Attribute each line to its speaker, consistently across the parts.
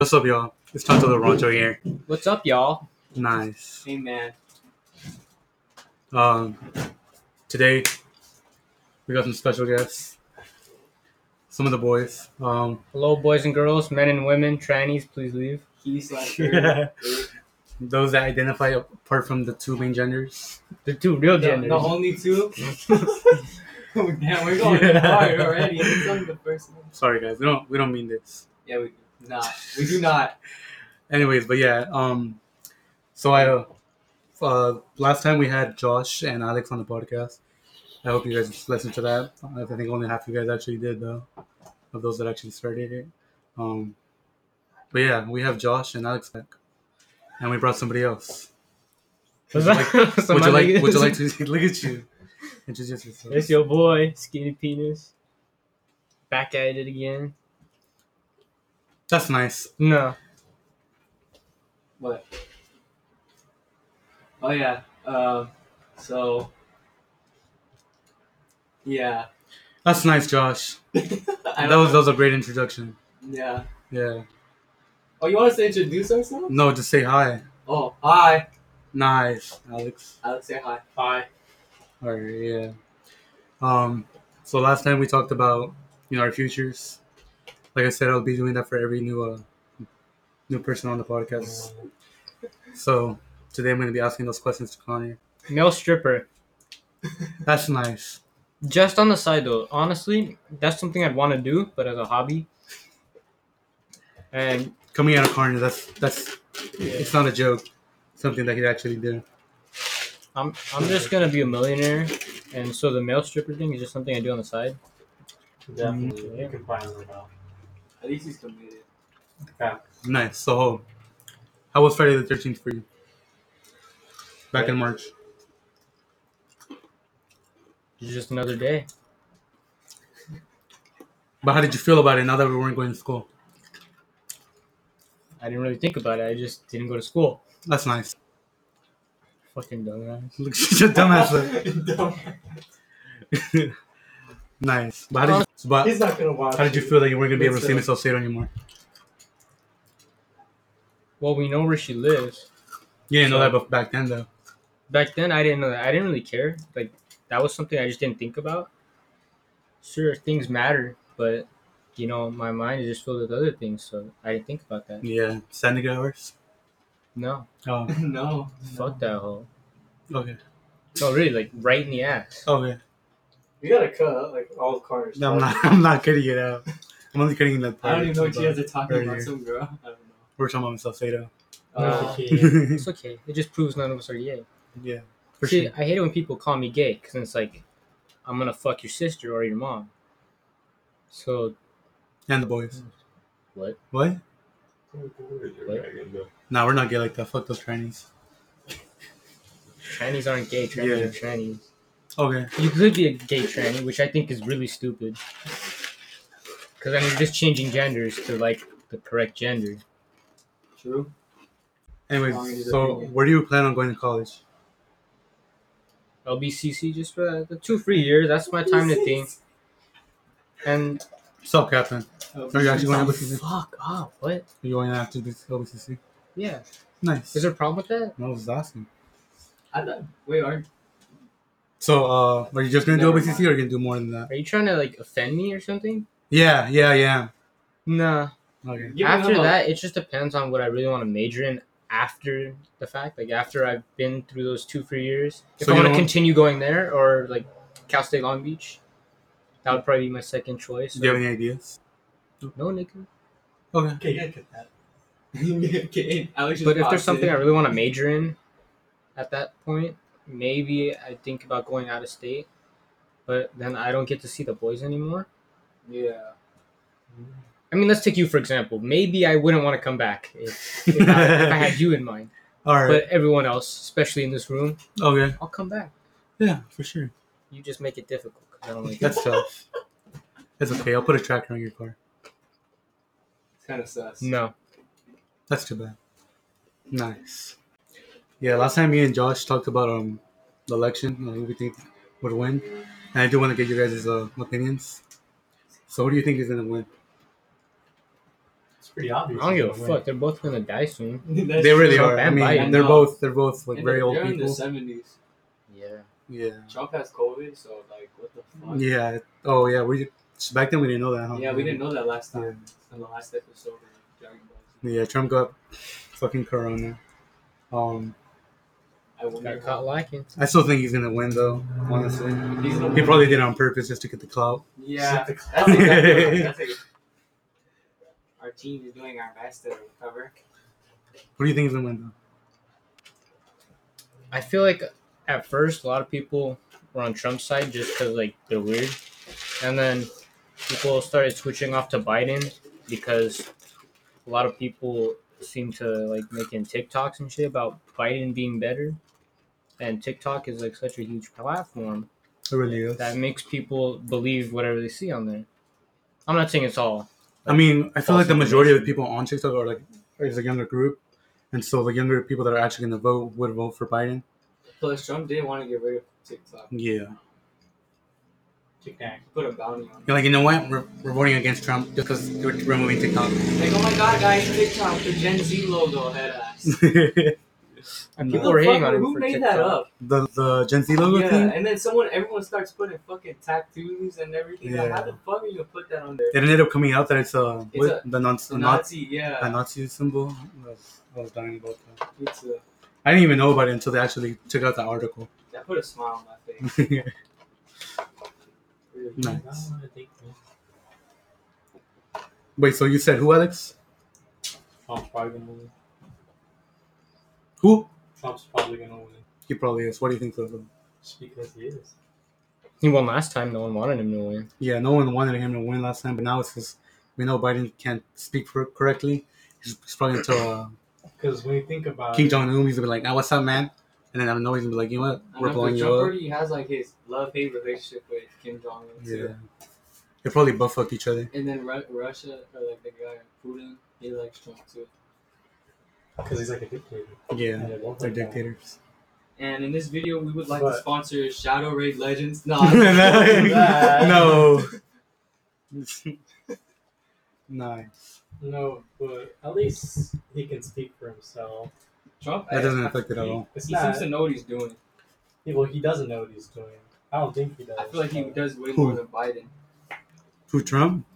Speaker 1: What's up, y'all? It's Tonto the Roncho here.
Speaker 2: What's up, y'all?
Speaker 1: Nice.
Speaker 2: Hey, man.
Speaker 1: Um, today we got some special guests. Some of the boys. Um,
Speaker 2: Hello, boys and girls, men and women, trannies, please leave.
Speaker 3: He's like,
Speaker 1: Yeah. those that identify apart from the two main genders.
Speaker 2: The two real
Speaker 3: the,
Speaker 2: genders.
Speaker 3: the only two. Oh, Damn, we're going
Speaker 1: Yeah.
Speaker 3: hard already. It's only the first one.
Speaker 1: Sorry, guys. We don't we don't mean this.
Speaker 3: Yeah, we nah, we do not.
Speaker 1: Anyways, but yeah. Um, so I uh, uh, last time we had Josh and Alex on the podcast. I hope you guys listened to that. I think only half you guys actually did though, of those that actually started it. Um, but yeah, we have Josh and Alex back, and we brought somebody else.
Speaker 2: What's
Speaker 1: Would
Speaker 2: up? So
Speaker 1: would
Speaker 2: my
Speaker 1: you like?
Speaker 2: niggas-
Speaker 1: Would you like to look at you? Introduce yourself.
Speaker 2: It's your boy, Skinny Penis. Back at it again.
Speaker 1: That's nice.
Speaker 2: No.
Speaker 3: What? Oh yeah. Um. So. Yeah.
Speaker 1: That's nice, Josh.
Speaker 3: I
Speaker 1: That
Speaker 3: don't
Speaker 1: was that
Speaker 3: know.
Speaker 1: was a great introduction.
Speaker 3: Yeah.
Speaker 1: Yeah.
Speaker 3: Oh, you want us to introduce ourselves?
Speaker 1: No, just say hi.
Speaker 3: Oh, hi.
Speaker 1: Nice, Alex.
Speaker 3: Alex, say hi. Hi.
Speaker 1: All right, yeah. Um, so last time we talked about you know our futures. Like I said, I'll be doing that for every new uh, new person on the podcast. So today I'm going to be asking those questions to Connor.
Speaker 2: Male stripper.
Speaker 1: That's nice.
Speaker 2: Just on the side, though. Honestly, that's something I'd want to do, but as a hobby. And
Speaker 1: Coming out of Connor, that's that's it's not a joke. Something that he'd actually do.
Speaker 2: I'm, I'm just going to be a millionaire. And so the male stripper thing is just something I do on the side.
Speaker 4: Definitely,
Speaker 2: Mm, yeah.
Speaker 4: you can find them now.
Speaker 3: At least he's committed.
Speaker 1: Nice. So, how was Friday the Thirteenth for you? Back in March.
Speaker 2: It's just another day.
Speaker 1: But how did you feel about it now that we weren't going to school?
Speaker 2: I didn't really think about it. I just didn't go to school.
Speaker 1: That's nice.
Speaker 2: Fucking dumbass.
Speaker 1: Look at your dumbass. look.
Speaker 3: Dumbass.
Speaker 1: nice. But how did you, but
Speaker 4: He's not gonna watch.
Speaker 1: How did you feel that you weren't gonna be able to see
Speaker 4: It's, uh,
Speaker 1: Miss Salcedo anymore?
Speaker 2: Well, we know where she lives.
Speaker 1: You didn't know that bef- back then, though.
Speaker 2: Back then, I didn't know that. I didn't really care. Like that was something I just didn't think about. Sure, things matter, but you know, my mind is just filled with other things, so I didn't think about that.
Speaker 1: Yeah, San hours.
Speaker 2: No,
Speaker 1: Oh,
Speaker 3: no.
Speaker 2: fuck that hoe.
Speaker 1: okay,
Speaker 2: No, really, like right in the ass.
Speaker 1: okay.
Speaker 4: You gotta cut like all the corners.
Speaker 1: No, I'm not. I'm not cutting it out. I'm only cutting that
Speaker 3: I
Speaker 1: part.
Speaker 3: don't even know what you guys are talking
Speaker 1: Right
Speaker 3: about.
Speaker 1: here.
Speaker 3: Some girl. I don't know.
Speaker 1: We're talking about Miss Salcedo.
Speaker 3: Uh,
Speaker 2: It's okay. It just proves none of us are gay.
Speaker 1: yeah, for
Speaker 2: See,
Speaker 1: sure.
Speaker 2: I hate it when people call me gay because it's like, I'm gonna fuck your sister or your mom. So
Speaker 1: And the boys.
Speaker 2: what?
Speaker 1: What?
Speaker 4: What?
Speaker 1: Nah, we're not gay like that. Fuck those trannies.
Speaker 2: Trannies aren't gay. Trannies
Speaker 1: Yeah.
Speaker 2: are trannies.
Speaker 1: Okay.
Speaker 2: You could be a gay tranny, which I think is really stupid. Because I mean, just changing genders to like the correct gender.
Speaker 3: True. Long as
Speaker 1: Anyways,
Speaker 3: it's
Speaker 1: so
Speaker 3: okay.
Speaker 1: where do you plan on going to college?
Speaker 2: LBCC just for the- the two free years. That's my time to think. And
Speaker 1: Stop, Captain.
Speaker 3: Oh,
Speaker 1: Are you actually going to LBCC?
Speaker 2: fuck off. What?
Speaker 1: Are you going after this LBCC?
Speaker 2: Yeah.
Speaker 1: Nice.
Speaker 2: Is there a problem with that?
Speaker 1: I was asking.
Speaker 3: I thought, wait, are
Speaker 1: So, uh, are you just gonna
Speaker 3: Never
Speaker 1: do LBCC or are you gonna do more than that?
Speaker 2: Are you trying to like offend me or something?
Speaker 1: Yeah, yeah, yeah.
Speaker 2: Nah.
Speaker 1: Okay.
Speaker 3: Give
Speaker 2: after
Speaker 3: him a-
Speaker 2: that, it just depends on what I really want to major in after the fact. Like after I've been through those two free years, if
Speaker 1: So
Speaker 2: I
Speaker 1: you
Speaker 2: want to
Speaker 1: don't-
Speaker 2: continue going there or like Cal State Long Beach, that would probably be my second choice.
Speaker 1: Do you have any ideas?
Speaker 2: No, nigga.
Speaker 1: Okay.
Speaker 4: Okay, yeah, cut that.
Speaker 3: okay, Alex just
Speaker 2: But if
Speaker 3: popped
Speaker 2: there's something
Speaker 3: in.
Speaker 2: I really want to major in, at that point, maybe I think about going out of state. But then I don't get to see the boys anymore.
Speaker 3: yeah,
Speaker 2: I mean, let's take you for example. Maybe I wouldn't want to come back if, if, I, if I had you in mind.
Speaker 1: All right.
Speaker 2: But everyone else, especially in this room,
Speaker 1: okay.
Speaker 2: I'll come back.
Speaker 1: Yeah, for sure.
Speaker 2: You just make it difficult. 'cause I don't like
Speaker 1: That's tough. That's okay. I'll put a tracker on your car.
Speaker 3: it's kind of sus.
Speaker 2: No.
Speaker 1: That's too bad. Nice. Yeah, last time me and Josh talked about um the election, uh, who we think would win, and I do want to get you guys' uh, opinions. So, who do you think is gonna win?
Speaker 4: pretty obvious.
Speaker 2: I don't give a
Speaker 4: in way.
Speaker 2: fuck. They're both gonna die soon.
Speaker 3: That's
Speaker 1: They really
Speaker 2: true.
Speaker 1: are. I
Speaker 2: Bad
Speaker 1: mean,
Speaker 2: bite.
Speaker 1: they're
Speaker 3: No.
Speaker 1: both they're both like
Speaker 3: And
Speaker 1: very
Speaker 3: they're-
Speaker 1: old
Speaker 3: they're in the
Speaker 1: people.
Speaker 3: seventies.
Speaker 2: Yeah.
Speaker 1: Yeah,
Speaker 3: Trump has COVID, so like, what the fuck?
Speaker 1: yeah. Oh yeah, we back then we didn't know that. Huh?
Speaker 3: Yeah, we didn't know that last time in the last episode of Dragon Ball. Z.
Speaker 1: Yeah, Trump got fucking corona. Um,
Speaker 3: I wonder.
Speaker 2: Got caught lacking.
Speaker 1: I still think he's gonna win though. Honestly,
Speaker 3: how- He's
Speaker 1: he
Speaker 3: the
Speaker 1: probably did it on purpose just to get the clout.
Speaker 3: yeah.
Speaker 4: Shut
Speaker 3: That's exactly right. That's ex- Our team is doing our best to recover.
Speaker 1: What do you think is gonna win
Speaker 2: I feel like at first a lot of people were on Trump's side just because like they're weird, and then people started switching off to Biden because a lot of people seem to like making TikToks and shit about Biden being better, and TikTok is like such a huge platform
Speaker 1: though? It really is.
Speaker 2: that makes people believe whatever they see on there. I'm not saying it's all.
Speaker 1: I mean, I feel like the
Speaker 2: False
Speaker 1: majority of the
Speaker 2: information.
Speaker 1: people on TikTok are like is a younger group, and so the younger people that are actually gonna vote would vote for Biden.
Speaker 3: Plus, Trump didn't want to get rid of TikTok.
Speaker 1: Yeah.
Speaker 4: Tic-tac.
Speaker 3: Put a bounty on.
Speaker 1: You're like, you know what? We're, we're voting against Trump just because they're removing TikTok.
Speaker 3: it. Like, oh my god, guys, TikTok, the Gen Z logo head ass.
Speaker 2: And
Speaker 1: Who
Speaker 2: people
Speaker 3: the
Speaker 2: are hating
Speaker 3: fuck-
Speaker 2: on him
Speaker 3: Who
Speaker 2: for
Speaker 3: made
Speaker 2: TikTok.
Speaker 3: that up?
Speaker 1: the the Gen Z logo
Speaker 3: yeah,
Speaker 1: thing.
Speaker 3: and then someone, everyone starts putting fucking tattoos and everything. Like, how
Speaker 1: Yeah.
Speaker 3: the fuck are you gonna put that on there?
Speaker 1: It ended up coming out that it's uh,
Speaker 3: It's
Speaker 1: what,
Speaker 3: a-
Speaker 1: the non
Speaker 3: The
Speaker 1: not
Speaker 3: Nazi, yeah.
Speaker 1: a Nazi symbol. I was, I was dying about
Speaker 2: Uh,
Speaker 1: that.
Speaker 3: It's a,
Speaker 1: I didn't even know about it until they actually took out the article.
Speaker 3: that put a smile on my face. Really.
Speaker 1: nice.
Speaker 4: I wanna take this.
Speaker 1: Wait, so you said who, Alex?
Speaker 4: Trump's probably gonna win.
Speaker 1: Who?
Speaker 4: Trump's probably gonna win.
Speaker 1: He probably is. What do you think, Sozo?
Speaker 4: Just because he is.
Speaker 2: He won last time. No one wanted him to win.
Speaker 1: Yeah, no one wanted him to win last time, but now it's just we know Biden can't speak for, correctly. He's, he's probably into uh,
Speaker 4: Because when you think about
Speaker 1: King
Speaker 4: it,
Speaker 1: Jong Un. He's gonna be like, "Now what's up, man?" And then I know he's gonna be like, "You know what?
Speaker 3: I
Speaker 1: We're
Speaker 3: know,
Speaker 1: blowing
Speaker 3: but
Speaker 1: you
Speaker 3: Trump
Speaker 1: up."
Speaker 3: already has like his love hate relationship with Kim Jong Un.
Speaker 1: Yeah, they probably buff up each other.
Speaker 3: And then Ru- Russia, or like the guy Putin, he likes Trump too.
Speaker 4: because he's like a dictator.
Speaker 1: Yeah,
Speaker 4: And they both
Speaker 1: they're
Speaker 4: like that.
Speaker 1: dictators.
Speaker 3: And in this video, we would like to
Speaker 4: But-
Speaker 3: sponsor Shadow Raid Legends. No, I'm just-
Speaker 1: no. nice.
Speaker 4: No, but at least he can speak for himself.
Speaker 3: Trump.
Speaker 1: That doesn't
Speaker 3: I-
Speaker 1: affect it at all.
Speaker 4: It's
Speaker 3: he
Speaker 4: not.
Speaker 3: seems to know what he's doing.
Speaker 4: he- well, he doesn't know what he's doing. I don't think he does.
Speaker 3: I feel like he
Speaker 4: but-
Speaker 3: does way
Speaker 1: Who?
Speaker 3: more than Biden.
Speaker 1: Who Trump?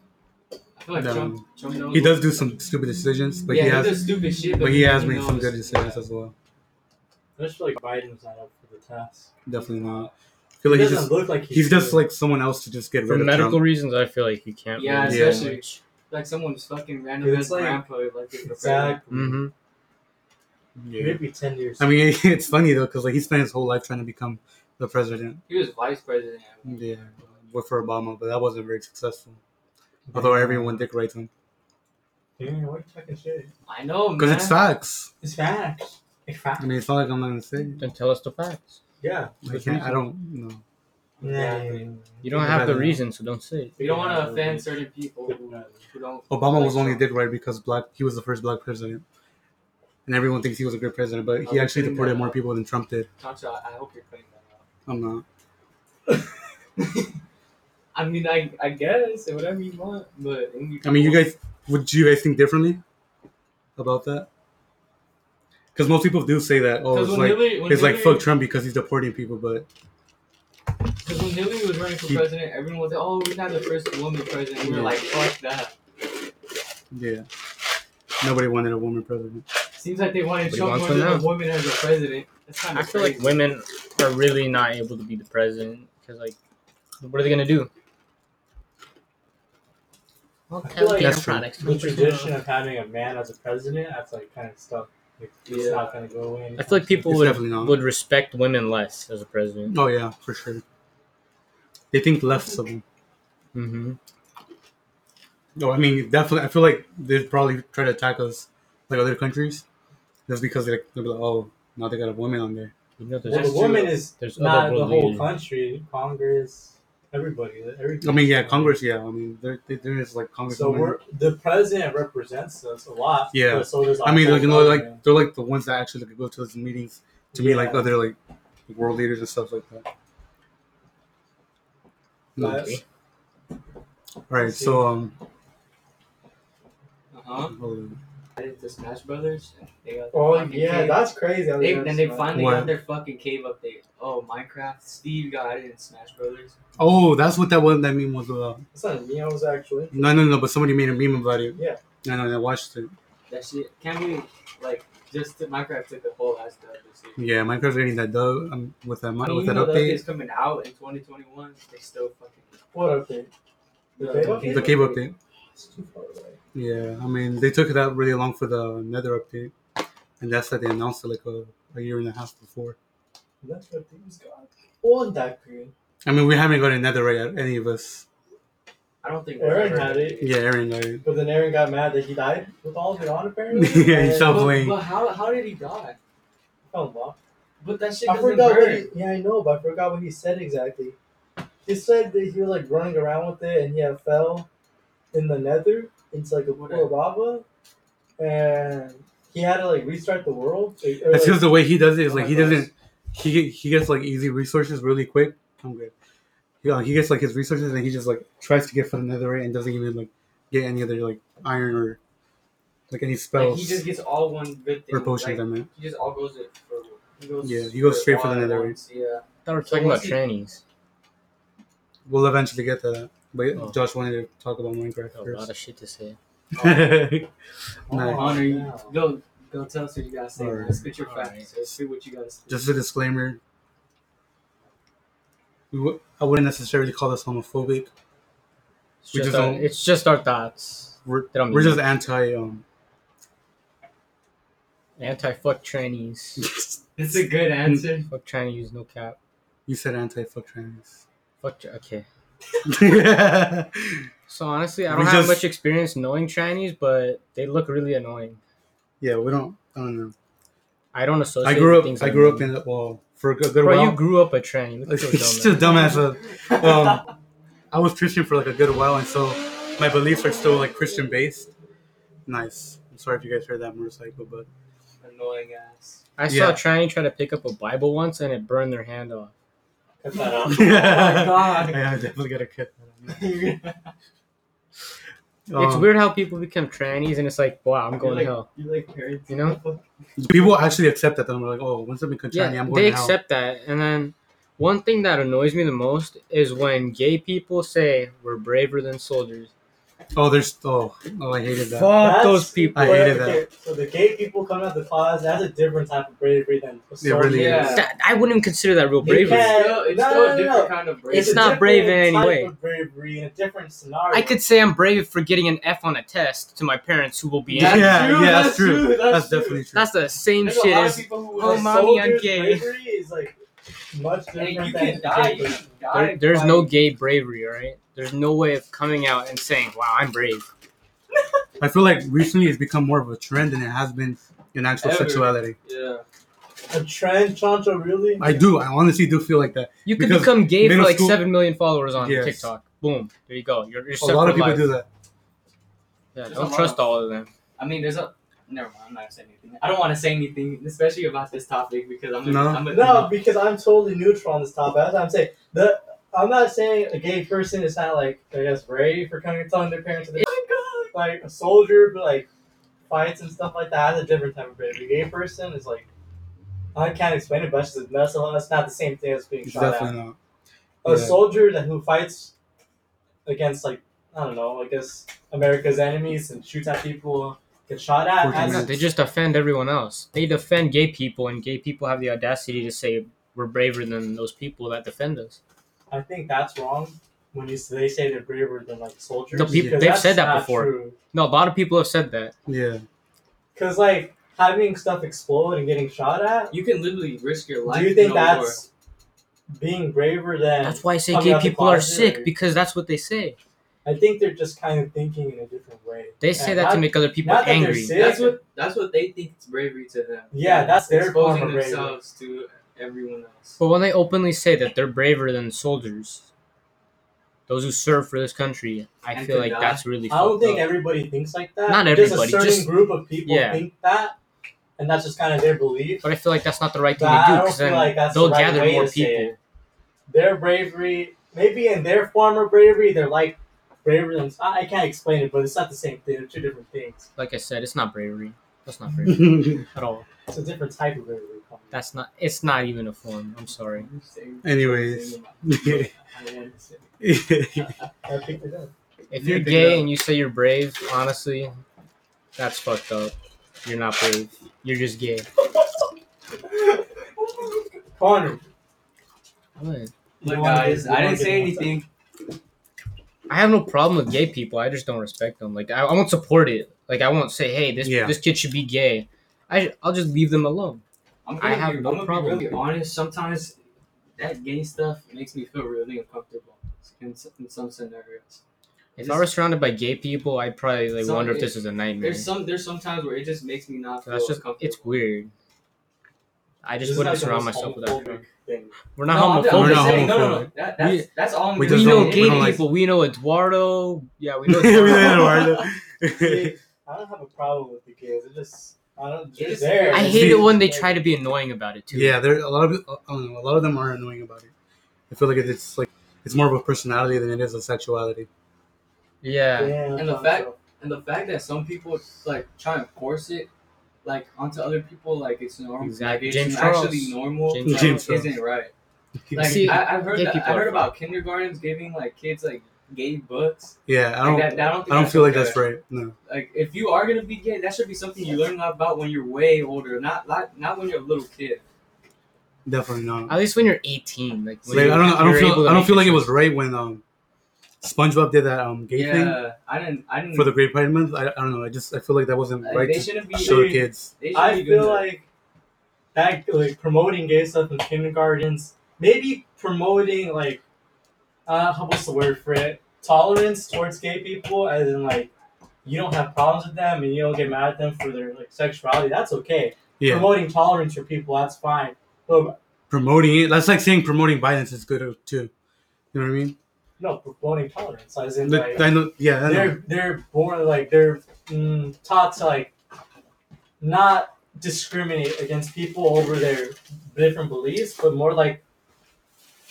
Speaker 3: I feel like
Speaker 1: No.
Speaker 3: Trump, Trump knows
Speaker 1: He
Speaker 3: what-
Speaker 1: does do some stupid decisions, but
Speaker 3: yeah,
Speaker 1: he has,
Speaker 3: does stupid shit.
Speaker 1: but he has made
Speaker 3: knows.
Speaker 1: some good decisions
Speaker 4: yeah.
Speaker 1: as well.
Speaker 4: I just feel like Biden's not up for the task.
Speaker 1: Definitely not. I
Speaker 4: He
Speaker 1: feel like he's
Speaker 4: doesn't
Speaker 1: just
Speaker 4: look like he's,
Speaker 1: he's just
Speaker 4: doing it.
Speaker 1: like someone else to just get
Speaker 2: For
Speaker 1: rid of
Speaker 2: medical
Speaker 1: Trump.
Speaker 2: reasons, I feel like you can't.
Speaker 3: Yeah,
Speaker 2: really
Speaker 1: Yeah.
Speaker 3: especially like someone's fucking random
Speaker 4: Dude,
Speaker 3: ass
Speaker 4: it's like-
Speaker 3: grandpa. Like his
Speaker 4: exactly.
Speaker 2: Mm-hmm.
Speaker 1: Yeah.
Speaker 4: Maybe ten years.
Speaker 1: I mean, it's funny though, because like he spent his whole life trying to become the president.
Speaker 3: He was vice president.
Speaker 1: Yeah, with for Obama, but that wasn't very successful. Although everyone dick rates him,
Speaker 4: Damn, what fucking shit?
Speaker 3: I know, Oh, man.
Speaker 1: because it's facts.
Speaker 4: It's facts. It's
Speaker 1: I
Speaker 4: facts.
Speaker 1: mean, it's not like I'm not gonna say. it.
Speaker 2: Then tell us the facts.
Speaker 4: Yeah.
Speaker 1: I can't. I don't know.
Speaker 3: Exactly.
Speaker 4: Nah.
Speaker 2: You don't
Speaker 1: Yeah,
Speaker 2: have the
Speaker 1: yeah.
Speaker 2: reason, so don't say it.
Speaker 3: We don't want
Speaker 4: Yeah,
Speaker 3: to offend
Speaker 4: we-
Speaker 3: certain people who, who don't.
Speaker 1: Obama
Speaker 3: like
Speaker 1: was only
Speaker 3: Trump.
Speaker 1: dick right because black. He was the first black president, and everyone thinks he was a good president, but
Speaker 3: Are
Speaker 1: he
Speaker 3: we
Speaker 1: actually
Speaker 3: putting
Speaker 1: deported
Speaker 3: that
Speaker 1: more
Speaker 3: out?
Speaker 1: people than Trump did.
Speaker 3: Contra, I hope you're cutting that
Speaker 1: I'm not.
Speaker 3: out. I mean, I I guess whatever you want, but
Speaker 1: I mean, you guys, would you guys think differently about that? Because most people do say that. Oh,
Speaker 3: Because
Speaker 1: it's
Speaker 3: when
Speaker 1: like
Speaker 3: Hillary, when
Speaker 1: it's like
Speaker 3: Hillary-
Speaker 1: fuck Trump because he's deporting people, but
Speaker 3: 'cause when Hillary was running for
Speaker 1: He-
Speaker 3: president, everyone was like, "Oh, we're not the first woman president." We were
Speaker 1: Yeah.
Speaker 3: like, "Fuck that."
Speaker 1: yeah, nobody wanted a woman president.
Speaker 3: Seems like they wanted
Speaker 2: But he
Speaker 3: Trump
Speaker 2: wants
Speaker 3: more
Speaker 2: one
Speaker 3: than a
Speaker 2: now.
Speaker 3: woman as a president. That's kind
Speaker 2: I
Speaker 3: of
Speaker 2: feel like women are really not able to be the president because, like, what are they gonna do?
Speaker 4: I feel like
Speaker 1: That's true.
Speaker 4: the tradition of having a man as a president, that's like kind of stuff. Like, It's
Speaker 3: Yeah.
Speaker 4: not gonna go away.
Speaker 2: I feel like people
Speaker 1: It's
Speaker 2: would
Speaker 1: definitely not.
Speaker 2: would respect women less as a president.
Speaker 1: Oh yeah, for sure. They think less of him.
Speaker 2: Mm-hmm.
Speaker 1: No, Oh, I mean definitely. I feel like they'd probably try to attack us like other countries, just because they- they'll be like, oh, now they got a woman on there.
Speaker 2: You know,
Speaker 4: Well,
Speaker 2: there's
Speaker 4: the woman is
Speaker 2: there's
Speaker 4: not
Speaker 2: other
Speaker 4: the
Speaker 2: world
Speaker 4: whole
Speaker 2: leaders.
Speaker 4: country, Congress, everybody, everybody.
Speaker 1: I mean, yeah, Congress. Yeah, I mean, there, there- there is like Congress.
Speaker 4: So we're the president represents us a lot.
Speaker 1: Yeah.
Speaker 4: but so does our
Speaker 1: I mean,
Speaker 4: whole
Speaker 1: like you know, like
Speaker 4: government.
Speaker 1: they're like the ones that actually like, go to those meetings to meet like
Speaker 4: Yeah.
Speaker 1: other like world leaders and stuff like that.
Speaker 4: Yes.
Speaker 1: All right, so um,
Speaker 3: No, Huh?
Speaker 1: Hold
Speaker 3: Uh-huh. I did the Smash Brothers. They got their
Speaker 4: Oh
Speaker 3: fucking
Speaker 4: yeah,
Speaker 3: cave.
Speaker 4: that's crazy. I
Speaker 3: They,
Speaker 4: didn't
Speaker 3: and they
Speaker 4: know.
Speaker 3: finally
Speaker 1: What?
Speaker 3: got their fucking cave update. Oh, Minecraft. Steve got it in Smash Brothers.
Speaker 1: Oh, that's what that one that meme was about.
Speaker 4: That's not Neo's actually.
Speaker 1: No, no, no. But somebody made a meme about it.
Speaker 4: Yeah.
Speaker 1: I know. and I watched it.
Speaker 3: That shit. Can't believe, like, just the Minecraft took the whole ass dub this year.
Speaker 1: Yeah, Minecraft's getting that dub um, with that
Speaker 3: I
Speaker 1: mi-
Speaker 3: mean,
Speaker 1: with
Speaker 3: even
Speaker 1: that
Speaker 3: though that
Speaker 1: update.
Speaker 3: update's coming out in 2021, they still fucking.
Speaker 4: What update? The cave update?
Speaker 1: The cave update.
Speaker 4: It's too far away.
Speaker 1: Yeah, I mean they took it out really long for the Nether update, and that's why they announced it like a, a year and a half before.
Speaker 4: And That's what things got. All that period.
Speaker 1: I mean we haven't gotten Nether yet, any of us.
Speaker 3: I don't think.
Speaker 4: Aaron
Speaker 3: we've ever-
Speaker 4: had it.
Speaker 1: Yeah, Aaron got it.
Speaker 4: But then Aaron got mad that he died with all of it on apparently.
Speaker 1: Yeah, he
Speaker 4: and
Speaker 1: fell-
Speaker 3: But,
Speaker 1: Probably.
Speaker 3: but how, how did he die?
Speaker 4: fell in love.
Speaker 3: But that shit
Speaker 4: I
Speaker 3: doesn't
Speaker 4: forgot what he,
Speaker 3: burn.
Speaker 4: yeah, I know, but I forgot what he said exactly. He said that he was like running around with it and yeah, fell in the nether into like a pool of lava and he had to like restart the world. Like, or,
Speaker 1: That's
Speaker 4: like-
Speaker 1: just the way he does it. Is
Speaker 4: Oh
Speaker 1: like
Speaker 4: my
Speaker 1: he
Speaker 4: gosh.
Speaker 1: doesn't. He he gets like easy resources really quick. I'm good. Yeah, he gets like his resources and he just like tries to get for the netherite and doesn't even like get any other like iron or like any
Speaker 3: Like,
Speaker 1: spells
Speaker 3: he just gets all one good thing.
Speaker 1: or potions.
Speaker 3: like,
Speaker 1: I mean,
Speaker 3: He just all goes it for. He goes
Speaker 1: Yeah, he goes straight for the
Speaker 3: all at
Speaker 1: netherite.
Speaker 3: once, Yeah.
Speaker 2: thought we were
Speaker 3: So
Speaker 2: talking about
Speaker 3: what's he-
Speaker 2: trannies.
Speaker 1: we'll eventually get to that. But
Speaker 2: Oh.
Speaker 1: Josh wanted to talk about Minecraft
Speaker 2: A lot
Speaker 1: first.
Speaker 2: of shit to say.
Speaker 4: Oh,
Speaker 1: Nice.
Speaker 3: Honor, you
Speaker 4: yeah.
Speaker 3: go go tell us what you gotta say.
Speaker 1: Alright.
Speaker 3: man. Let's get your
Speaker 2: Alright.
Speaker 3: facts. Let's see what you gotta say.
Speaker 1: just a disclaimer. We w- I wouldn't necessarily call this homophobic.
Speaker 2: It's
Speaker 1: We
Speaker 2: just,
Speaker 1: just
Speaker 2: our,
Speaker 1: don't-
Speaker 2: it's just our thoughts.
Speaker 1: We're,
Speaker 2: They don't
Speaker 1: we're
Speaker 2: mean
Speaker 1: just anti. Um,
Speaker 2: Anti fuck trannies.
Speaker 3: it's a good answer.
Speaker 2: fuck trannies, no cap.
Speaker 1: you said anti fuck trans.
Speaker 2: Fuck. tr- Okay.
Speaker 1: yeah,
Speaker 2: So honestly, I
Speaker 1: We
Speaker 2: don't have
Speaker 1: just-
Speaker 2: much experience knowing trannies, but they look really annoying.
Speaker 1: we don't. I don't know.
Speaker 2: I don't associate.
Speaker 1: I grew
Speaker 2: with
Speaker 1: up.
Speaker 2: things
Speaker 1: I
Speaker 2: like
Speaker 1: grew
Speaker 2: that.
Speaker 1: up in the well for a good, good
Speaker 2: Bro,
Speaker 1: while.
Speaker 2: you grew up a tranny. Look at your
Speaker 1: it's
Speaker 2: dumb
Speaker 1: just
Speaker 2: ass.
Speaker 1: dumbass. uh, um, I was Christian for like a good while, and so my beliefs are still like Christian based. Nice. I'm sorry if you guys heard that motorcycle, but
Speaker 3: Annoying ass.
Speaker 2: I saw
Speaker 1: Yeah.
Speaker 2: a tranny try to pick up a Bible once and it burned their hand off.
Speaker 4: Cut that
Speaker 2: Oh
Speaker 4: out.
Speaker 3: God.
Speaker 1: yeah, I definitely gotta cut that. out.
Speaker 2: it's
Speaker 1: Um,
Speaker 2: weird how people become trannies and it's like, wow, I'm going
Speaker 3: like,
Speaker 2: to hell.
Speaker 3: You like parents,
Speaker 2: You know?
Speaker 1: People actually accept that. Then we're like, oh, once I'm in
Speaker 2: Yeah,
Speaker 1: Contrani, I'm going
Speaker 2: they
Speaker 1: to hell.
Speaker 2: accept that. And then one thing that annoys me the most is when gay people say we're braver than soldiers.
Speaker 1: Oh, there's oh, oh, I hated that.
Speaker 2: Fuck
Speaker 4: That's-
Speaker 2: those people.
Speaker 1: I hated
Speaker 4: Okay, So the gay people coming out the closet, that's a different type of bravery than
Speaker 1: It really
Speaker 3: Yeah.
Speaker 1: is.
Speaker 2: That- I wouldn't even consider that real
Speaker 4: They
Speaker 2: bravery.
Speaker 4: can't-
Speaker 3: Still, it's
Speaker 4: No,
Speaker 3: still
Speaker 4: no,
Speaker 3: a
Speaker 4: no,
Speaker 3: different
Speaker 4: no.
Speaker 3: kind of bravery.
Speaker 2: It's
Speaker 4: a
Speaker 2: not brave in
Speaker 4: different
Speaker 2: any
Speaker 4: type
Speaker 2: way.
Speaker 4: Of bravery in a different scenario.
Speaker 2: I could say I'm brave for getting an F on a test to my parents who will be
Speaker 1: Yeah,
Speaker 2: angry.
Speaker 1: yeah,
Speaker 3: true,
Speaker 1: that's
Speaker 3: that's
Speaker 1: true.
Speaker 3: true,
Speaker 1: That's
Speaker 3: that's true.
Speaker 1: definitely true.
Speaker 2: That's the same
Speaker 3: There's a
Speaker 2: shit
Speaker 3: lot of
Speaker 2: as
Speaker 3: people who
Speaker 2: Oh,
Speaker 3: are
Speaker 2: mommy, I'm
Speaker 4: Soldiers'
Speaker 2: gay.
Speaker 4: Bravery is like much
Speaker 3: so-
Speaker 4: different
Speaker 3: and you
Speaker 4: than
Speaker 3: can die.
Speaker 4: gay
Speaker 3: You
Speaker 4: people.
Speaker 3: can die.
Speaker 2: There, there's no
Speaker 3: by-
Speaker 2: gay bravery, all right? There's no way of coming out and saying, "Wow, I'm brave."
Speaker 1: I feel like recently it's become more of a trend than it has been in actual
Speaker 3: Ever.
Speaker 1: sexuality.
Speaker 3: Yeah.
Speaker 4: A trans chancho really?
Speaker 1: I do. I honestly do feel like that.
Speaker 2: You could
Speaker 1: Because
Speaker 2: become gay for
Speaker 1: middle
Speaker 2: like
Speaker 1: school-
Speaker 2: seven million followers on
Speaker 1: Yes.
Speaker 2: TikTok. Boom, there you go. You're, you're
Speaker 1: A lot of people do
Speaker 2: that.
Speaker 1: that.
Speaker 2: Yeah,
Speaker 3: There's a
Speaker 2: don't
Speaker 3: lot.
Speaker 2: trust all of them.
Speaker 3: I mean, there's a. Never mind. I'm not saying anything. I don't want to say anything, especially about this topic, because I'm. Gonna,
Speaker 1: No.
Speaker 3: I'm gonna,
Speaker 4: No, because I'm totally neutral on this topic. That's what I'm saying. The I'm not saying a gay person is not like I guess brave for coming and telling their parents that
Speaker 2: Oh
Speaker 4: they're like a soldier, but like fights and stuff like that. That's a different type of bravery. A gay person is like I can't explain it, but it's just- that's that's not the same thing as being
Speaker 1: It's
Speaker 4: shot at.
Speaker 1: definitely not.
Speaker 4: A
Speaker 1: Yeah.
Speaker 4: soldier that who fights against like I don't know, I guess America's enemies and shoots at people, gets shot at.
Speaker 1: Fourteen
Speaker 4: that's-
Speaker 1: minutes.
Speaker 2: they just offend everyone else. They defend gay people, and gay people have the audacity to say we're braver than those people that defend us.
Speaker 4: I think that's wrong when you they say they're braver than like soldiers.
Speaker 2: The peop-
Speaker 4: because
Speaker 2: they've
Speaker 4: that's
Speaker 2: said that
Speaker 4: not
Speaker 2: before.
Speaker 4: True.
Speaker 2: No, a lot of people have said that.
Speaker 1: Yeah.
Speaker 4: Because like having stuff explode and getting shot at,
Speaker 3: You can literally risk your life.
Speaker 4: do you
Speaker 3: in
Speaker 4: think
Speaker 3: a war.
Speaker 4: that's being braver than?
Speaker 2: That's why I say
Speaker 4: Coming
Speaker 2: gay
Speaker 4: out the
Speaker 2: people are
Speaker 4: closet or-
Speaker 2: sick because that's what they say.
Speaker 4: I think they're just kind of thinking in a different way.
Speaker 2: They say
Speaker 4: And
Speaker 2: that to
Speaker 4: not-
Speaker 2: make other people
Speaker 4: not that they're
Speaker 2: angry.
Speaker 4: sick.
Speaker 3: That's what. That's what they think is bravery to them.
Speaker 4: Yeah, that's their form
Speaker 3: exposing
Speaker 4: of bravery.
Speaker 3: themselves to everyone else.
Speaker 2: But when they openly say that they're braver than soldiers, those who serve for this country, I
Speaker 3: And
Speaker 2: feel
Speaker 3: to
Speaker 2: like
Speaker 3: die.
Speaker 2: that's really
Speaker 4: I don't
Speaker 2: fucked
Speaker 4: think
Speaker 2: up.
Speaker 4: everybody thinks like that.
Speaker 2: Not everybody,
Speaker 4: Just a certain
Speaker 2: just-
Speaker 4: group of people
Speaker 2: yeah.
Speaker 4: think that, and that's just kind of their belief.
Speaker 2: But I feel like that's not the right thing to
Speaker 4: Nah, I
Speaker 2: do
Speaker 4: don't
Speaker 2: because
Speaker 4: feel
Speaker 2: then
Speaker 4: like that's the
Speaker 2: they'll
Speaker 4: right
Speaker 2: gather
Speaker 4: way
Speaker 2: more
Speaker 4: to say
Speaker 2: people.
Speaker 4: Their bravery, maybe in their form of bravery, they're like bravery and I, I can't explain it, but it's not the same thing. They're two different things.
Speaker 2: Like I said, it's not bravery. That's not bravery
Speaker 1: anyway,
Speaker 2: at all.
Speaker 4: It's a different type of bravery.
Speaker 2: That's not. It's not even a form. I'm sorry.
Speaker 3: You say-
Speaker 1: Anyways.
Speaker 3: I want to say.
Speaker 4: I picked it up.
Speaker 2: If
Speaker 3: You
Speaker 2: you're
Speaker 3: think
Speaker 2: gay
Speaker 3: that-
Speaker 2: and you say you're brave, honestly, that's fucked up. You're not brave. You're just gay.
Speaker 4: Connor.
Speaker 2: What?
Speaker 4: you
Speaker 3: Look,
Speaker 4: wanna
Speaker 3: guys,
Speaker 4: get- you
Speaker 3: I
Speaker 4: wanna
Speaker 3: didn't
Speaker 4: get
Speaker 3: say
Speaker 4: one sec?
Speaker 3: anything.
Speaker 2: I have no problem with gay people. I just don't respect them. Like I, I won't support it. Like I won't say, hey, this
Speaker 1: Yeah.
Speaker 2: this kid should be gay. I I'll just leave them alone.
Speaker 3: I'm
Speaker 2: I
Speaker 3: gonna
Speaker 2: have
Speaker 3: be,
Speaker 2: no
Speaker 3: I'm gonna
Speaker 2: problem.
Speaker 3: Be really honest, sometimes that gay stuff makes me feel really uncomfortable in, s- in some scenarios.
Speaker 2: If I was surrounded by gay people, I'd probably like
Speaker 3: Some-
Speaker 2: wonder if this is a nightmare.
Speaker 3: There's some there's some times where it just makes me not feel
Speaker 2: That's just
Speaker 3: comfortable.
Speaker 2: it's weird. I
Speaker 4: This
Speaker 2: just
Speaker 4: is
Speaker 2: wouldn't
Speaker 4: like the
Speaker 2: surround
Speaker 4: most
Speaker 2: myself with that.
Speaker 4: homophobic thing.
Speaker 2: We're not
Speaker 3: no, I'm- I'm
Speaker 2: homophobic.
Speaker 1: We're
Speaker 3: just
Speaker 1: not
Speaker 3: saying, no, no, no.
Speaker 1: homophobic.
Speaker 3: That, that's,
Speaker 1: We-
Speaker 3: that's all I'm
Speaker 1: we
Speaker 2: we
Speaker 1: just
Speaker 3: saying.
Speaker 2: know
Speaker 1: don't- we
Speaker 2: gay
Speaker 1: don't like-
Speaker 2: people. We know Eduardo. Yeah, we know. Eduardo.
Speaker 1: Eduardo.
Speaker 4: See, I don't have a problem with the gays. It just I don't.
Speaker 3: It
Speaker 4: They're
Speaker 3: is-
Speaker 4: there.
Speaker 2: I hate it when they try to be annoying about it too.
Speaker 1: yeah, there a lot of I don't know, a lot of them are annoying about it. I feel like it's like it's more of a personality than it is a sexuality.
Speaker 2: Yeah.
Speaker 4: Damn,
Speaker 3: And the
Speaker 4: Connor.
Speaker 3: fact- And the fact that some people like try and force it like onto other people like it's normal
Speaker 2: Exactly.
Speaker 3: like,
Speaker 2: James
Speaker 3: it's actually
Speaker 2: Charles.
Speaker 3: normal
Speaker 2: James
Speaker 3: like,
Speaker 1: Charles.
Speaker 3: isn't right. Like
Speaker 2: See,
Speaker 3: I, I've heard
Speaker 2: gay
Speaker 3: that,
Speaker 2: people
Speaker 3: I heard
Speaker 2: are-
Speaker 3: about kindergartens giving like kids like gay books.
Speaker 1: Yeah, I
Speaker 3: Like,
Speaker 1: don't
Speaker 3: that, that I don't, think
Speaker 1: I don't
Speaker 3: that's
Speaker 1: feel like
Speaker 3: okay.
Speaker 1: that's right. No.
Speaker 3: Like if you are gonna be gay, that should be something you learn about when you're way older, not not, not when you're a little kid.
Speaker 1: Definitely not.
Speaker 2: At least when you're 18, like when
Speaker 1: Like,
Speaker 2: you-
Speaker 1: I don't. I don't
Speaker 2: you're able
Speaker 1: feel.
Speaker 2: to
Speaker 1: I don't
Speaker 2: make
Speaker 1: feel like it
Speaker 2: yourself-
Speaker 1: was right when um, SpongeBob did that um gay thing
Speaker 3: Yeah, I didn't I didn't
Speaker 1: for the Great Pride Month. I, I don't know. I just I feel like that wasn't
Speaker 3: like,
Speaker 1: right
Speaker 3: they
Speaker 1: to
Speaker 3: shouldn't be
Speaker 1: show the kids.
Speaker 3: they should
Speaker 4: I
Speaker 3: be doing
Speaker 4: feel
Speaker 3: that.
Speaker 4: like that like promoting gay stuff in kindergartens, maybe promoting like uh how- what's the word for it? Tolerance towards gay people as in like you don't have problems with them and you don't get mad at them for their like sexuality, that's okay.
Speaker 1: Yeah,
Speaker 4: Promoting tolerance for people, that's fine. But
Speaker 1: promoting it. That's like saying promoting violence is good too. You know what I mean?
Speaker 4: no, promoting tolerance as in
Speaker 1: Like,
Speaker 4: like
Speaker 1: I know. Yeah, I know.
Speaker 4: they're they're born like they're mm, taught to like not discriminate against people over their different beliefs, but more like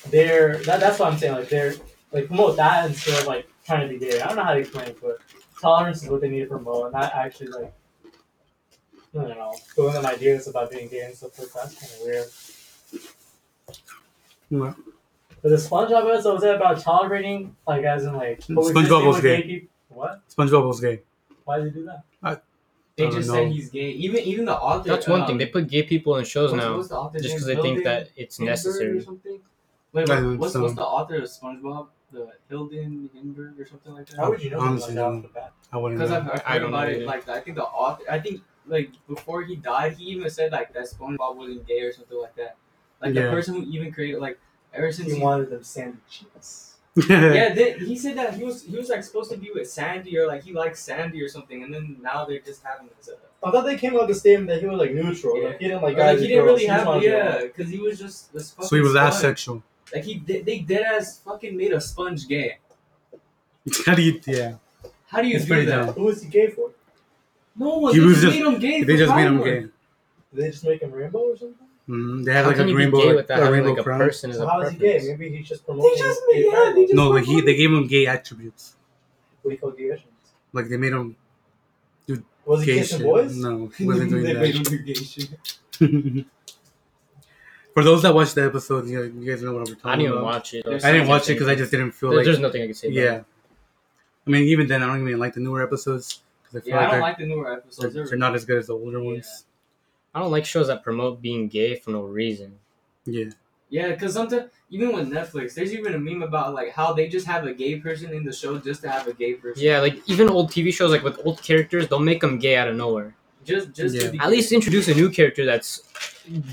Speaker 4: they're that, that's what I'm saying. Like they're like promote that instead of like trying to be gay. I don't know how to explain it, but tolerance is what they need to promote, and not actually like I don't know throwing them ideas about being gay and stuff like that. That's kind of weird.
Speaker 1: Yeah.
Speaker 4: But the SpongeBob episode was that about tolerating, like as in like coexisting
Speaker 1: SpongeBob was
Speaker 4: with
Speaker 1: gay.
Speaker 4: people. What?
Speaker 1: SpongeBob was gay.
Speaker 4: Why did they do that?
Speaker 3: they
Speaker 1: I don't
Speaker 3: just
Speaker 1: know.
Speaker 3: said he's gay. Even even the author
Speaker 2: That's one
Speaker 3: um,
Speaker 2: thing. They put gay people in shows
Speaker 3: what's-
Speaker 2: now
Speaker 3: what's the author's
Speaker 2: just
Speaker 3: name?
Speaker 2: because they think
Speaker 3: Hilden?
Speaker 2: that it's
Speaker 3: Hindberg Or
Speaker 2: necessary.
Speaker 3: something? Wait,
Speaker 1: I
Speaker 3: wait,
Speaker 1: think
Speaker 3: what's,
Speaker 1: so.
Speaker 3: what's the author of SpongeBob? The Hilden Hinberg or something like
Speaker 4: How
Speaker 3: that?
Speaker 4: would you know
Speaker 1: Honestly,
Speaker 4: Honestly, that
Speaker 1: no.
Speaker 4: off the bat?
Speaker 1: I wouldn't.
Speaker 3: Because I've
Speaker 1: Know.
Speaker 3: I've
Speaker 2: I
Speaker 3: heard
Speaker 2: don't
Speaker 3: about
Speaker 2: know
Speaker 3: it.
Speaker 2: either.
Speaker 3: Like I think the author, I think like before he died, he even said like that SpongeBob wasn't gay or something like that. Like
Speaker 1: Yeah.
Speaker 3: the person who even created like ever since
Speaker 4: He
Speaker 3: he,
Speaker 4: wanted them sandy cheeks.
Speaker 3: yeah, they, he said that he was he was like supposed to be with Sandy or like he likes Sandy or something, and then now they're just having this. Uh,
Speaker 4: I thought they came out with a statement that he was like neutral.
Speaker 3: Yeah.
Speaker 4: Like he didn't like
Speaker 3: or, like
Speaker 4: guys.
Speaker 3: he
Speaker 4: or
Speaker 3: didn't
Speaker 4: girls,
Speaker 3: really
Speaker 4: he just
Speaker 3: have
Speaker 4: wanted to be
Speaker 3: yeah,
Speaker 4: alone.
Speaker 3: because he was just this
Speaker 1: so he
Speaker 3: fucking
Speaker 1: was
Speaker 3: sponge.
Speaker 1: asexual.
Speaker 3: Like he they, they dead ass fucking made a sponge gay.
Speaker 1: How do you? Yeah.
Speaker 3: How do you
Speaker 1: It's
Speaker 3: do
Speaker 1: pretty
Speaker 3: that?
Speaker 1: dumb.
Speaker 4: Who was he gay for?
Speaker 3: No one.
Speaker 1: He
Speaker 3: they
Speaker 1: was
Speaker 3: just
Speaker 1: just-
Speaker 3: made him gay.
Speaker 1: They
Speaker 3: for
Speaker 1: just made him
Speaker 3: power.
Speaker 1: gay.
Speaker 4: Did they just make him rainbow or something?
Speaker 1: Mhm, They
Speaker 2: How
Speaker 1: had like
Speaker 2: can
Speaker 1: a
Speaker 2: you
Speaker 1: rainbow,
Speaker 2: be gay
Speaker 1: like,
Speaker 2: without
Speaker 1: a
Speaker 2: having
Speaker 1: rainbow
Speaker 2: like a
Speaker 1: crown.
Speaker 2: person as
Speaker 4: So
Speaker 2: a
Speaker 4: how is he gay?
Speaker 2: preference?
Speaker 4: Maybe he's just promoting.
Speaker 3: They just
Speaker 4: his
Speaker 3: made
Speaker 4: gay
Speaker 3: yeah. They
Speaker 4: pride.
Speaker 3: just
Speaker 1: No,
Speaker 3: made
Speaker 1: like he,
Speaker 3: him
Speaker 1: they gave him gay attributes.
Speaker 4: What do you call gay actions?
Speaker 1: Like they made him
Speaker 4: Was he
Speaker 1: gay
Speaker 4: kissing
Speaker 1: shit.
Speaker 4: boys?
Speaker 1: No,
Speaker 3: gay.
Speaker 1: he wasn't doing
Speaker 3: They
Speaker 1: that.
Speaker 3: made him do gay shit.
Speaker 1: For those that watched the episode, you, you guys know what I'm talking
Speaker 2: I didn't even
Speaker 1: about.
Speaker 2: watch it.
Speaker 3: There's
Speaker 1: I didn't
Speaker 3: something
Speaker 1: watch it because I just didn't feel
Speaker 2: There-
Speaker 1: like.
Speaker 2: There's nothing I can say. about it.
Speaker 1: yeah. I mean, even then, I don't even like the newer episodes because I feel
Speaker 3: Yeah, I
Speaker 1: like,
Speaker 3: don't
Speaker 1: they're,
Speaker 3: like the newer
Speaker 1: they're,
Speaker 3: episodes. They're,
Speaker 1: they're not as good as the older ones.
Speaker 2: I don't like shows that promote being gay for no reason.
Speaker 1: Yeah.
Speaker 3: yeah, because sometimes even with Netflix, there's even a meme about like how they just have a gay person in the show just to have a gay person.
Speaker 2: Yeah, like even old TV shows, like with old characters, don't make them gay out of nowhere.
Speaker 3: Just just
Speaker 1: Yeah.
Speaker 3: to be
Speaker 2: At least introduce a new character that's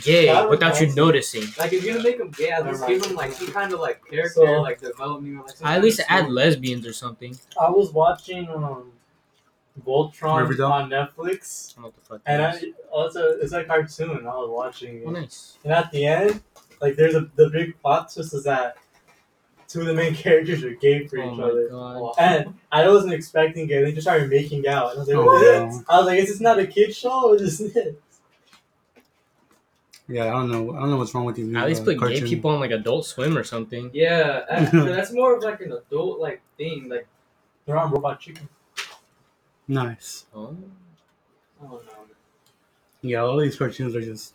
Speaker 2: gay
Speaker 4: That
Speaker 2: without you
Speaker 4: reminds-
Speaker 2: noticing.
Speaker 3: like if you're gonna make them gay, at
Speaker 4: Never
Speaker 3: least
Speaker 4: mind.
Speaker 3: give them like some kind of like character
Speaker 4: So-
Speaker 3: like development or like. some
Speaker 2: At
Speaker 3: kind
Speaker 2: least
Speaker 3: of
Speaker 2: add
Speaker 3: story.
Speaker 2: lesbians or something.
Speaker 4: I was watching um, Voltron
Speaker 1: Riverdale?
Speaker 4: on Netflix,
Speaker 2: I don't know what the fuck.
Speaker 4: and
Speaker 2: that
Speaker 4: I
Speaker 2: is.
Speaker 4: also it's a cartoon. I was watching. it.
Speaker 2: Oh, nice.
Speaker 4: And at the end, like there's a the big plot twist is that two of the main characters are gay for
Speaker 2: Oh
Speaker 4: each
Speaker 2: my
Speaker 4: other.
Speaker 2: god.
Speaker 4: And I wasn't expecting gay. They just started making out. And I was like,
Speaker 1: Oh,
Speaker 4: what?
Speaker 1: wow.
Speaker 4: I was like, is this not a kid show? What is this?
Speaker 1: Yeah, I don't know. I don't know what's wrong with you.
Speaker 2: At least
Speaker 1: uh,
Speaker 2: put gay
Speaker 1: cartoon.
Speaker 2: people on like Adult Swim or something.
Speaker 3: Yeah, that- that's more of like an adult like thing. Like
Speaker 4: They're on Robot Chicken.
Speaker 1: Nice.
Speaker 2: Oh,
Speaker 3: Oh no.
Speaker 1: Yeah, all these cartoons are just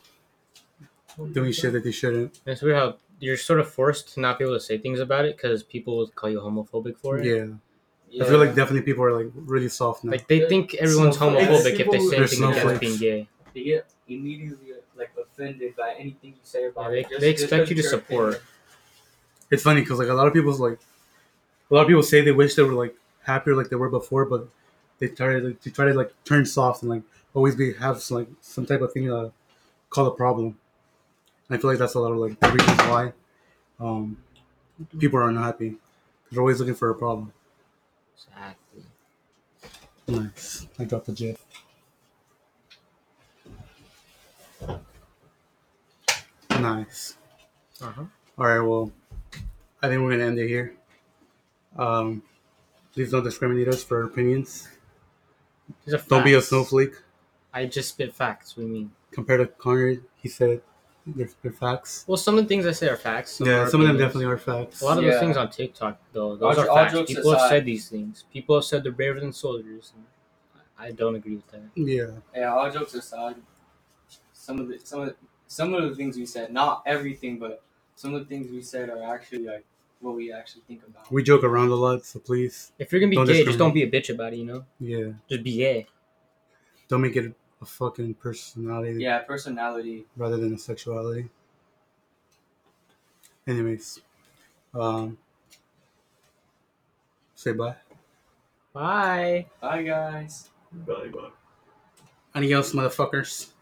Speaker 1: doing shit that they shouldn't.
Speaker 2: it's weird how you're sort of forced to not be able to say things about it because people will call you homophobic for it.
Speaker 1: Yeah.
Speaker 3: Yeah.
Speaker 1: I feel like definitely people are like really soft now.
Speaker 2: Like they think everyone's
Speaker 3: Snowflakes.
Speaker 2: homophobic if they
Speaker 3: It's
Speaker 2: say
Speaker 1: people-
Speaker 2: anything
Speaker 1: They're
Speaker 2: against being gay.
Speaker 3: they get immediately like offended by anything you say about
Speaker 2: Yeah,
Speaker 3: it.
Speaker 2: they- they expect
Speaker 3: 'cause
Speaker 2: you to
Speaker 3: it's your
Speaker 2: support.
Speaker 3: opinion.
Speaker 1: it's funny because like a lot of people's like a lot of people say they wish they were like happier like they were before, but they try to like, they try to like turn soft and like always be have some, like some type of thing to call a problem. And I feel like that's a lot of like the reasons why um, people are unhappy. They're always looking for a problem.
Speaker 2: Exactly.
Speaker 1: Nice. I dropped the gif. Nice.
Speaker 2: Uh huh.
Speaker 1: All right, well, I think we're gonna end it here. Um, please don't discriminate us for our opinions. Don't be a snowflake.
Speaker 2: I just spit facts. We mean.
Speaker 1: Compared to Conrad, he said they're, they're facts.
Speaker 2: Well, some of the things I say are facts.
Speaker 1: yeah,
Speaker 2: are
Speaker 1: some of them
Speaker 2: opinions.
Speaker 1: definitely are facts.
Speaker 2: A lot of
Speaker 3: Yeah.
Speaker 2: those things on TikTok, though, those
Speaker 3: All-
Speaker 2: are
Speaker 3: all
Speaker 2: facts.
Speaker 3: jokes
Speaker 2: People have
Speaker 3: aside.
Speaker 2: said these things. People have said they're braver than soldiers. And I I don't agree with that.
Speaker 1: Yeah,
Speaker 3: Yeah, all jokes aside, some of the some of the, some of the things we said, not everything, but some of the things we said are actually like what we actually think about.
Speaker 1: we joke around a lot, so please,
Speaker 2: If you're gonna be
Speaker 1: Don't
Speaker 2: gay, just don't be a bitch about it. You know,
Speaker 1: yeah,
Speaker 2: just be gay.
Speaker 1: don't make it a fucking personality
Speaker 3: yeah, personality.
Speaker 1: rather than a sexuality. Anyways, um, say bye.
Speaker 2: Bye.
Speaker 3: Bye guys.
Speaker 4: Bye, bye.
Speaker 1: Adios, motherfuckers.